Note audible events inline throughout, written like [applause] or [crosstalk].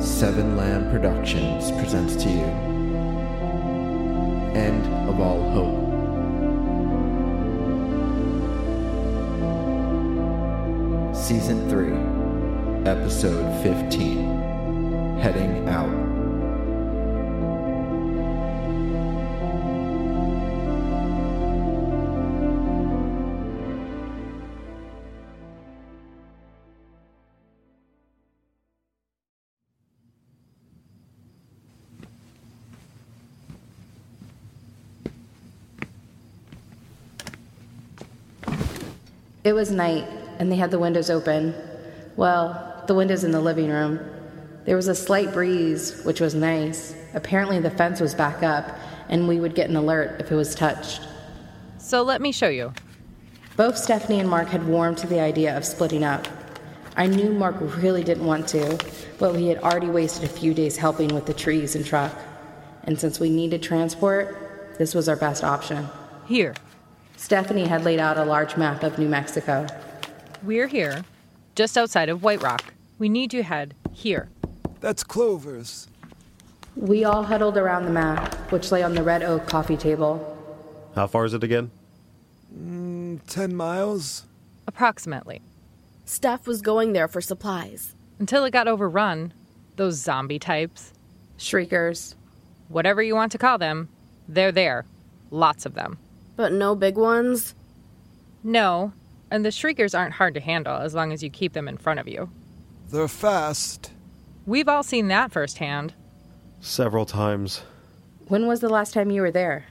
Seven Lamb Productions presents to you End of All Hope. Season 3, Episode 15 Heading Out. It was night, and they had the windows open. Well, the windows in the living room. There was a slight breeze, which was nice. Apparently, the fence was back up, and we would get an alert if it was touched. So let me show you. Both Stephanie and Mark had warmed to the idea of splitting up. I knew Mark really didn't want to, but we had already wasted a few days helping with the trees and truck. And since we needed transport, this was our best option. Here. Stephanie had laid out a large map of New Mexico. We're here, just outside of White Rock. We need to head here. That's Clover's. We all huddled around the map, which lay on the red oak coffee table. How far is it again? Ten miles? Approximately. Steph was going there for supplies. Until it got overrun. Those zombie types, Shriekers. whatever you want to call them, they're there. Lots of them. But no big ones? No, and the shriekers aren't hard to handle as long as you keep them in front of you. They're fast. We've all seen that firsthand. Several times. When was the last time you were there?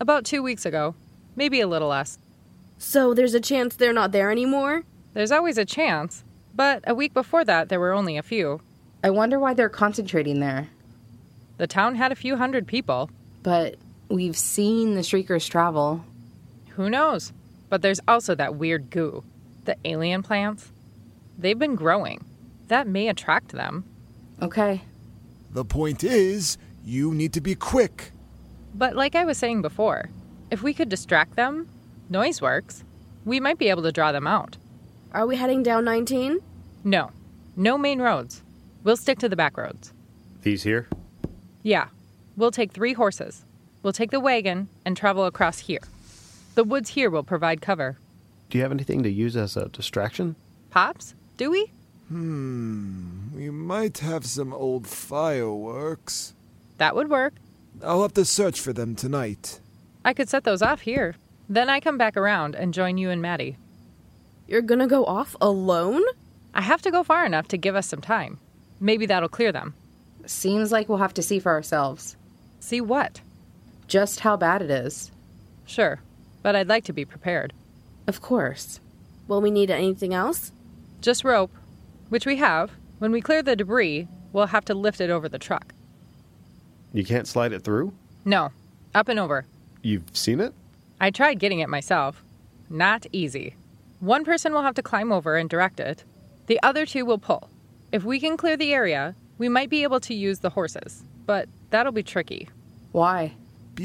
About two weeks ago, maybe a little less. So Oh, there's a chance they're not there anymore? There's always a chance, but a week before that, there were only a few. I wonder why they're concentrating there. The town had a few hundred people. But we've seen the Shriekers travel. Who knows? But there's also that weird goo, the alien plants. They've been growing. That may attract them. Okay. The point is, you need to be quick. But like I was saying before, if we could distract them, noise works, we might be able to draw them out. Are we heading down 19? No, no main roads. We'll stick to the back roads. These here? Yeah, we'll take three horses. We'll take the wagon and travel across here. The woods here will provide cover. Do you have anything to use as a distraction? Pops, do we? We might have some old fireworks. That would work. I'll have to search for them tonight. I could set those off here. Then I come back around and join you and Maddie. You're gonna go off alone? I have to go far enough to give us some time. Maybe that'll clear them. Seems like we'll have to see for ourselves See what? just how bad it is. Sure, but I'd like to be prepared. Of course. Will we need anything else? Just rope, which we have. When we clear the debris, we'll have to lift it over the truck. You can't slide it through? No, up and over. You've seen it? I tried getting it myself. Not easy. One person will have to climb over and direct it, the other two will pull. If we can clear the area, we might be able to use the horses, but that'll be tricky. Why?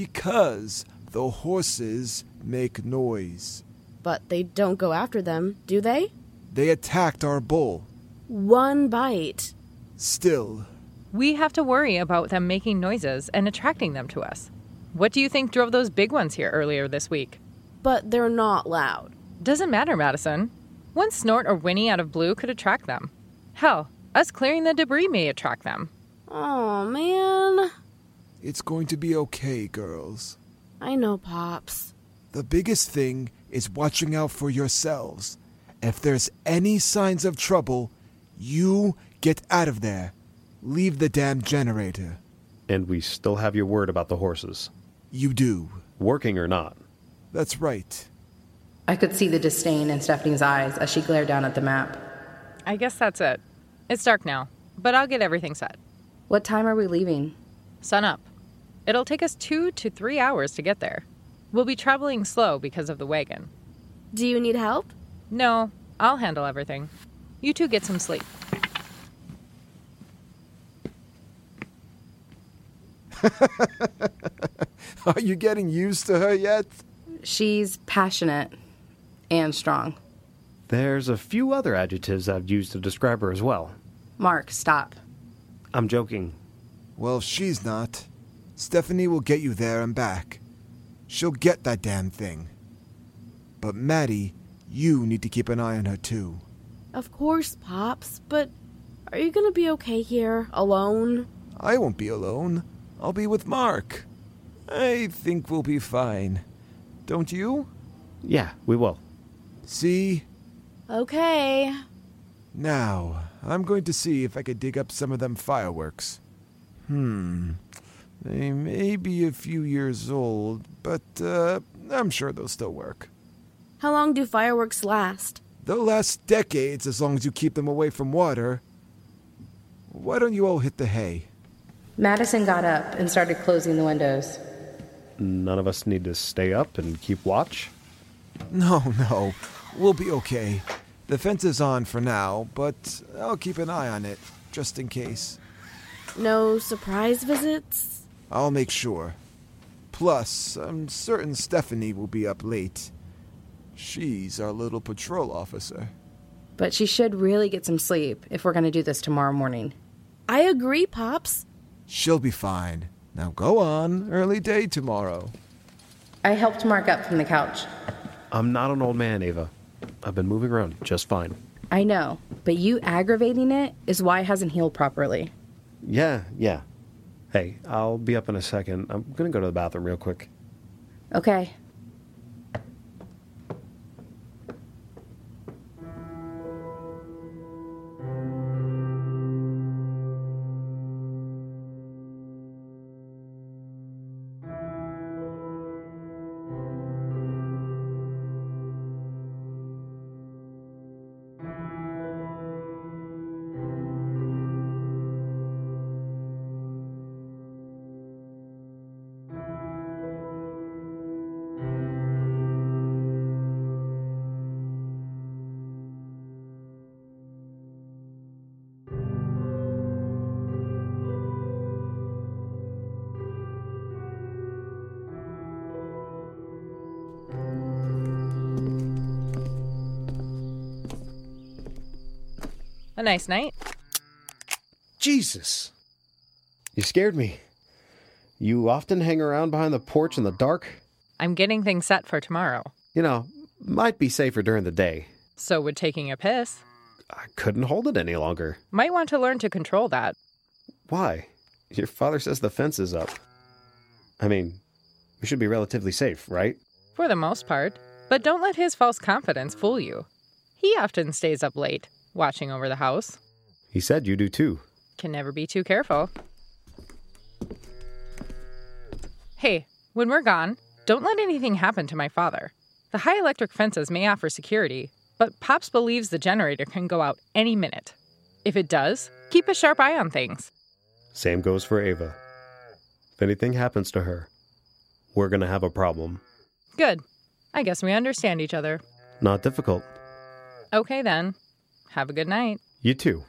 Because the horses make noise. But they don't go after them, do they? They attacked our bull. One bite. Still, We have to worry about them making noises and attracting them to us. What do you think drove those big ones here earlier this week? But they're not loud. Doesn't matter, Madison. One snort or whinny out of blue could attract them. Hell, us clearing the debris may attract them. Oh man. it's going to be okay, girls. I know, Pops. The biggest thing is watching out for yourselves. If there's any signs of trouble, you get out of there. Leave the damn generator. And we still have your word about the horses. You do. Working or not. That's right. [laughs] I could see the disdain in Stephanie's eyes as she glared down at the map. I guess that's it. It's dark now, but I'll get everything set. What time are we leaving? Sun up. It'll take us two to three hours to get there. We'll be traveling slow because of the wagon. Do you need help? No, I'll handle everything. You two get some sleep. Are you getting used to her yet? She's passionate and strong. There's a few other adjectives I've used to describe her as well. Mark, stop. I'm joking. Well, if she's not, Stephanie will get you there and back. She'll get that damn thing. But Maddie, you need to keep an eye on her too. Of course, Pops, but are you gonna be okay here, alone? I won't be alone. I'll be with Mark. I think we'll be fine. Don't you? Yeah, we will. See? Okay. Now, I'm going to see if I could dig up some of them fireworks. Hmm. They may be a few years old, but uh, I'm sure they'll still work. How long do fireworks last? They'll last decades as long as you keep them away from water. Why don't you all hit the hay? Madison got up and started closing the windows. None of us need to stay up and keep watch. No, no. We'll be okay. The fence is on for now, but I'll keep an eye on it, just in case. No surprise visits? I'll make sure. Plus, I'm certain Stephanie will be up late. She's our little patrol officer. But she should really get some sleep if we're going to do this tomorrow morning. I agree, Pops. She'll be fine. Now go on, early day tomorrow. I helped Mark up from the couch. I'm not an old man, Ava. I've been moving around just fine. I know, but you aggravating it is why it hasn't healed properly. Yeah, yeah. Hey, I'll be up in a second. I'm going to go to the bathroom real quick. Okay. A nice night. Jesus! You scared me. You often hang around behind the porch in the dark? I'm getting things set for tomorrow. You know, might be safer during the day. So would taking a piss. I couldn't hold it any longer. Might want to learn to control that. Why? Your father says the fence is up. I mean, we should be relatively safe, right? For the most part. But don't let his false confidence fool you. He often stays up late, watching over the house. He said you do too. Can never be too careful. Hey, when we're gone, don't let anything happen to my father. The high electric fences may offer security, but Pops believes the generator can go out any minute. If it does, keep a sharp eye on things. Same goes for Ava. If anything happens to her, we're gonna have a problem. Good. I guess we understand each other. Not difficult. Okay then. Have a good night. You too.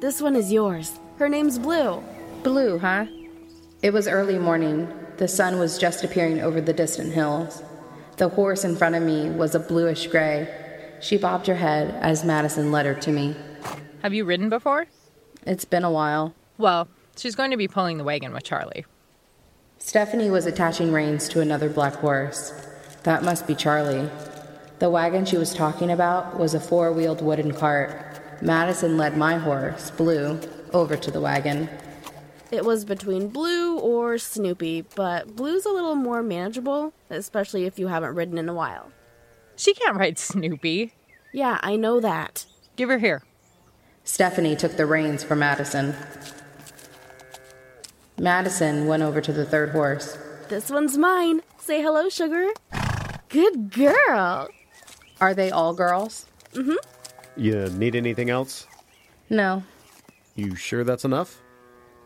This one is yours. Her name's Blue. Blue, huh? It was early morning. The sun was just appearing over the distant hills. The horse in front of me was a bluish gray. She bobbed her head as Madison led her to me. Have you ridden before? It's been a while. Well, she's going to be pulling the wagon with Charlie. Stephanie was attaching reins to another black horse. That must be Charlie. The wagon she was talking about was a four wheeled wooden cart. Madison led my horse, Blue, over to the wagon. It was between Blue or Snoopy, but Blue's a little more manageable, especially if you haven't ridden in a while. She can't ride [laughs] Snoopy. Yeah, I know that. Give her here. Stephanie took the reins from Madison. Madison went over to the third horse. This one's mine. Say hello, sugar. Good girl. Are they all girls? You need anything else? No. You sure that's enough?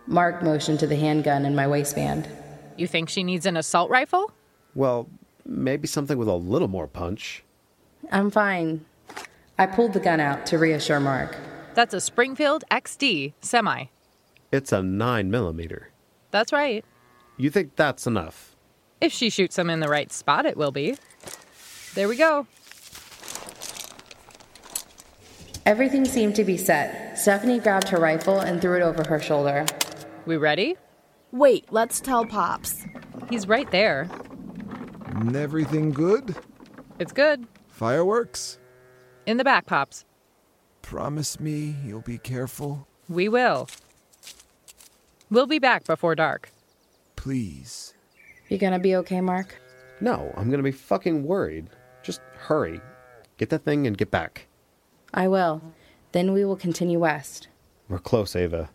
Mark motioned to the handgun in my waistband. You think she needs an assault rifle? Well, maybe something with a little more punch. I'm fine. I pulled the gun out to reassure Mark. That's a Springfield XD semi. It's a 9 millimeter. That's right. You think that's enough? If she shoots him in the right spot, it will be. There we go. Everything seemed to be set. Stephanie grabbed her rifle and threw it over her shoulder. We ready? Wait, let's tell Pops. He's right there. And everything good? It's good. Fireworks? In the back, Pops. Promise me you'll be careful. We will. We'll be back before dark. Please. You gonna be okay, Mark? No, I'm gonna be fucking worried. Just hurry. Get that thing and get back. I will. Then we will continue west. We're close, Ava.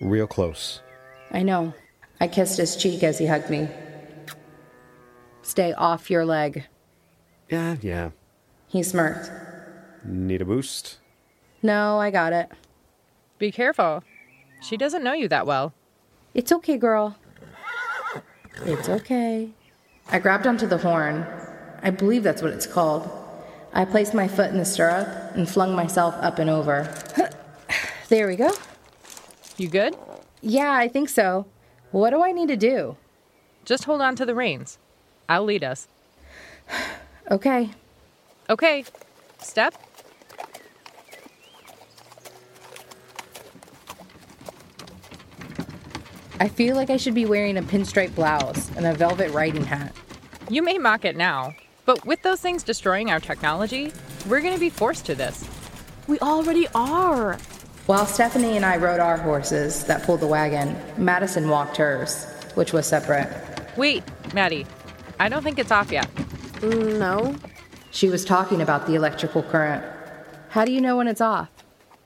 Real close. I know. I kissed his cheek as he hugged me. Stay off your leg. Yeah, yeah. He smirked. Need a boost? No, I got it. Be careful. She doesn't know you that well. It's okay, girl. It's okay. I grabbed onto the horn. I believe that's what it's called. I placed my foot in the stirrup and flung myself up and over. [laughs] There we go. You good? Yeah, I think so. What do I need to do? Just hold on to the reins. I'll lead us. Okay. Okay. Step. I feel like I should be wearing a pinstripe blouse and a velvet riding hat. You may mock it now, but with those things destroying our technology, we're going to be forced to this. We already are. While Stephanie and I rode our horses that pulled the wagon, Madison walked hers, which was separate. Wait, Maddie. I don't think it's off yet. No. She was talking about the electrical current. How do you know when it's off?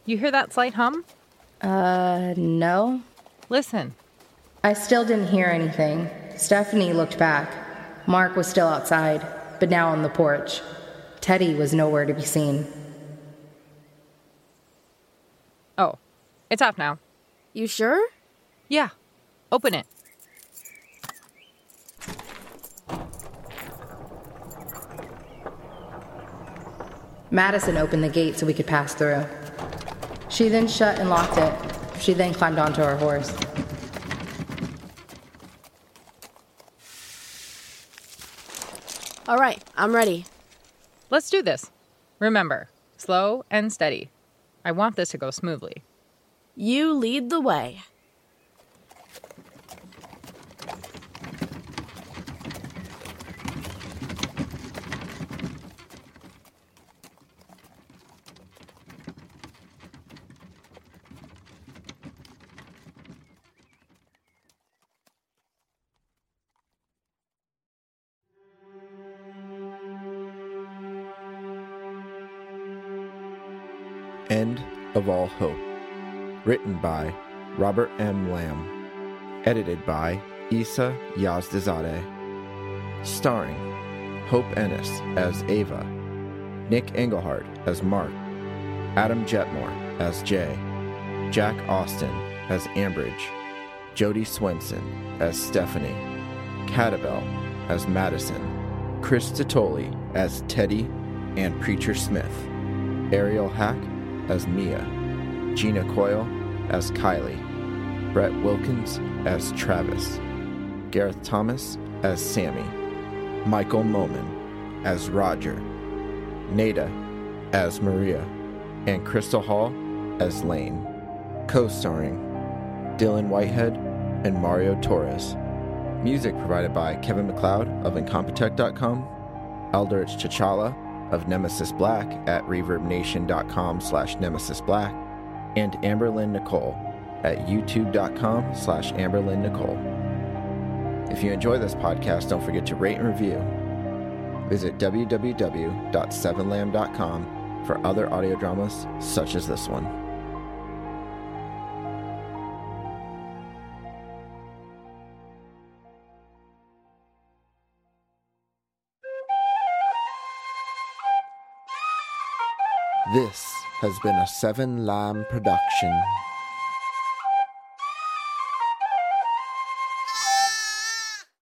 You hear that slight hum? Uh, no. Listen. I still didn't hear anything. Stephanie looked back. Mark was still outside, but now on the porch. Teddy was nowhere to be seen. Oh, it's off now. You sure? Yeah. Open it. Madison opened the gate so we could pass through. She then shut and locked it. She then climbed onto her horse. All right, I'm ready. Let's do this. Remember, slow and steady. I want this to go smoothly. You lead the way. End of All Hope. Written by Robert M. Lamb. Edited by Issa Yazdazadeh. Starring Hope Ennis as Ava, Nick Engelhard as Mark, Adam Jetmore as Jay, Jack Austin as Ambridge, Jody Swenson as Stephanie, Catabel as Madison, Chris Tatoli as Teddy and Preacher Smith. Ariel Hack as Mia, Gina Coyle as Kylie, Brett Wilkins as Travis, Gareth Thomas as Sammy, Michael Moman as Roger, Nada as Maria, and Crystal Hall as Lane. Co starring Dylan Whitehead and Mario Torres. Music provided by Kevin McLeod of Incompetech.com, Aldrich Chachala of Nemesis Black at ReverbNation.com slash Nemesis Black, and Amberlyn Nicole at youtube.com slash amberlynn nicole if you enjoy this podcast don't forget to rate and review visit www.sevenlam.com for other audio dramas such as this one This has been a Seven Lamb production.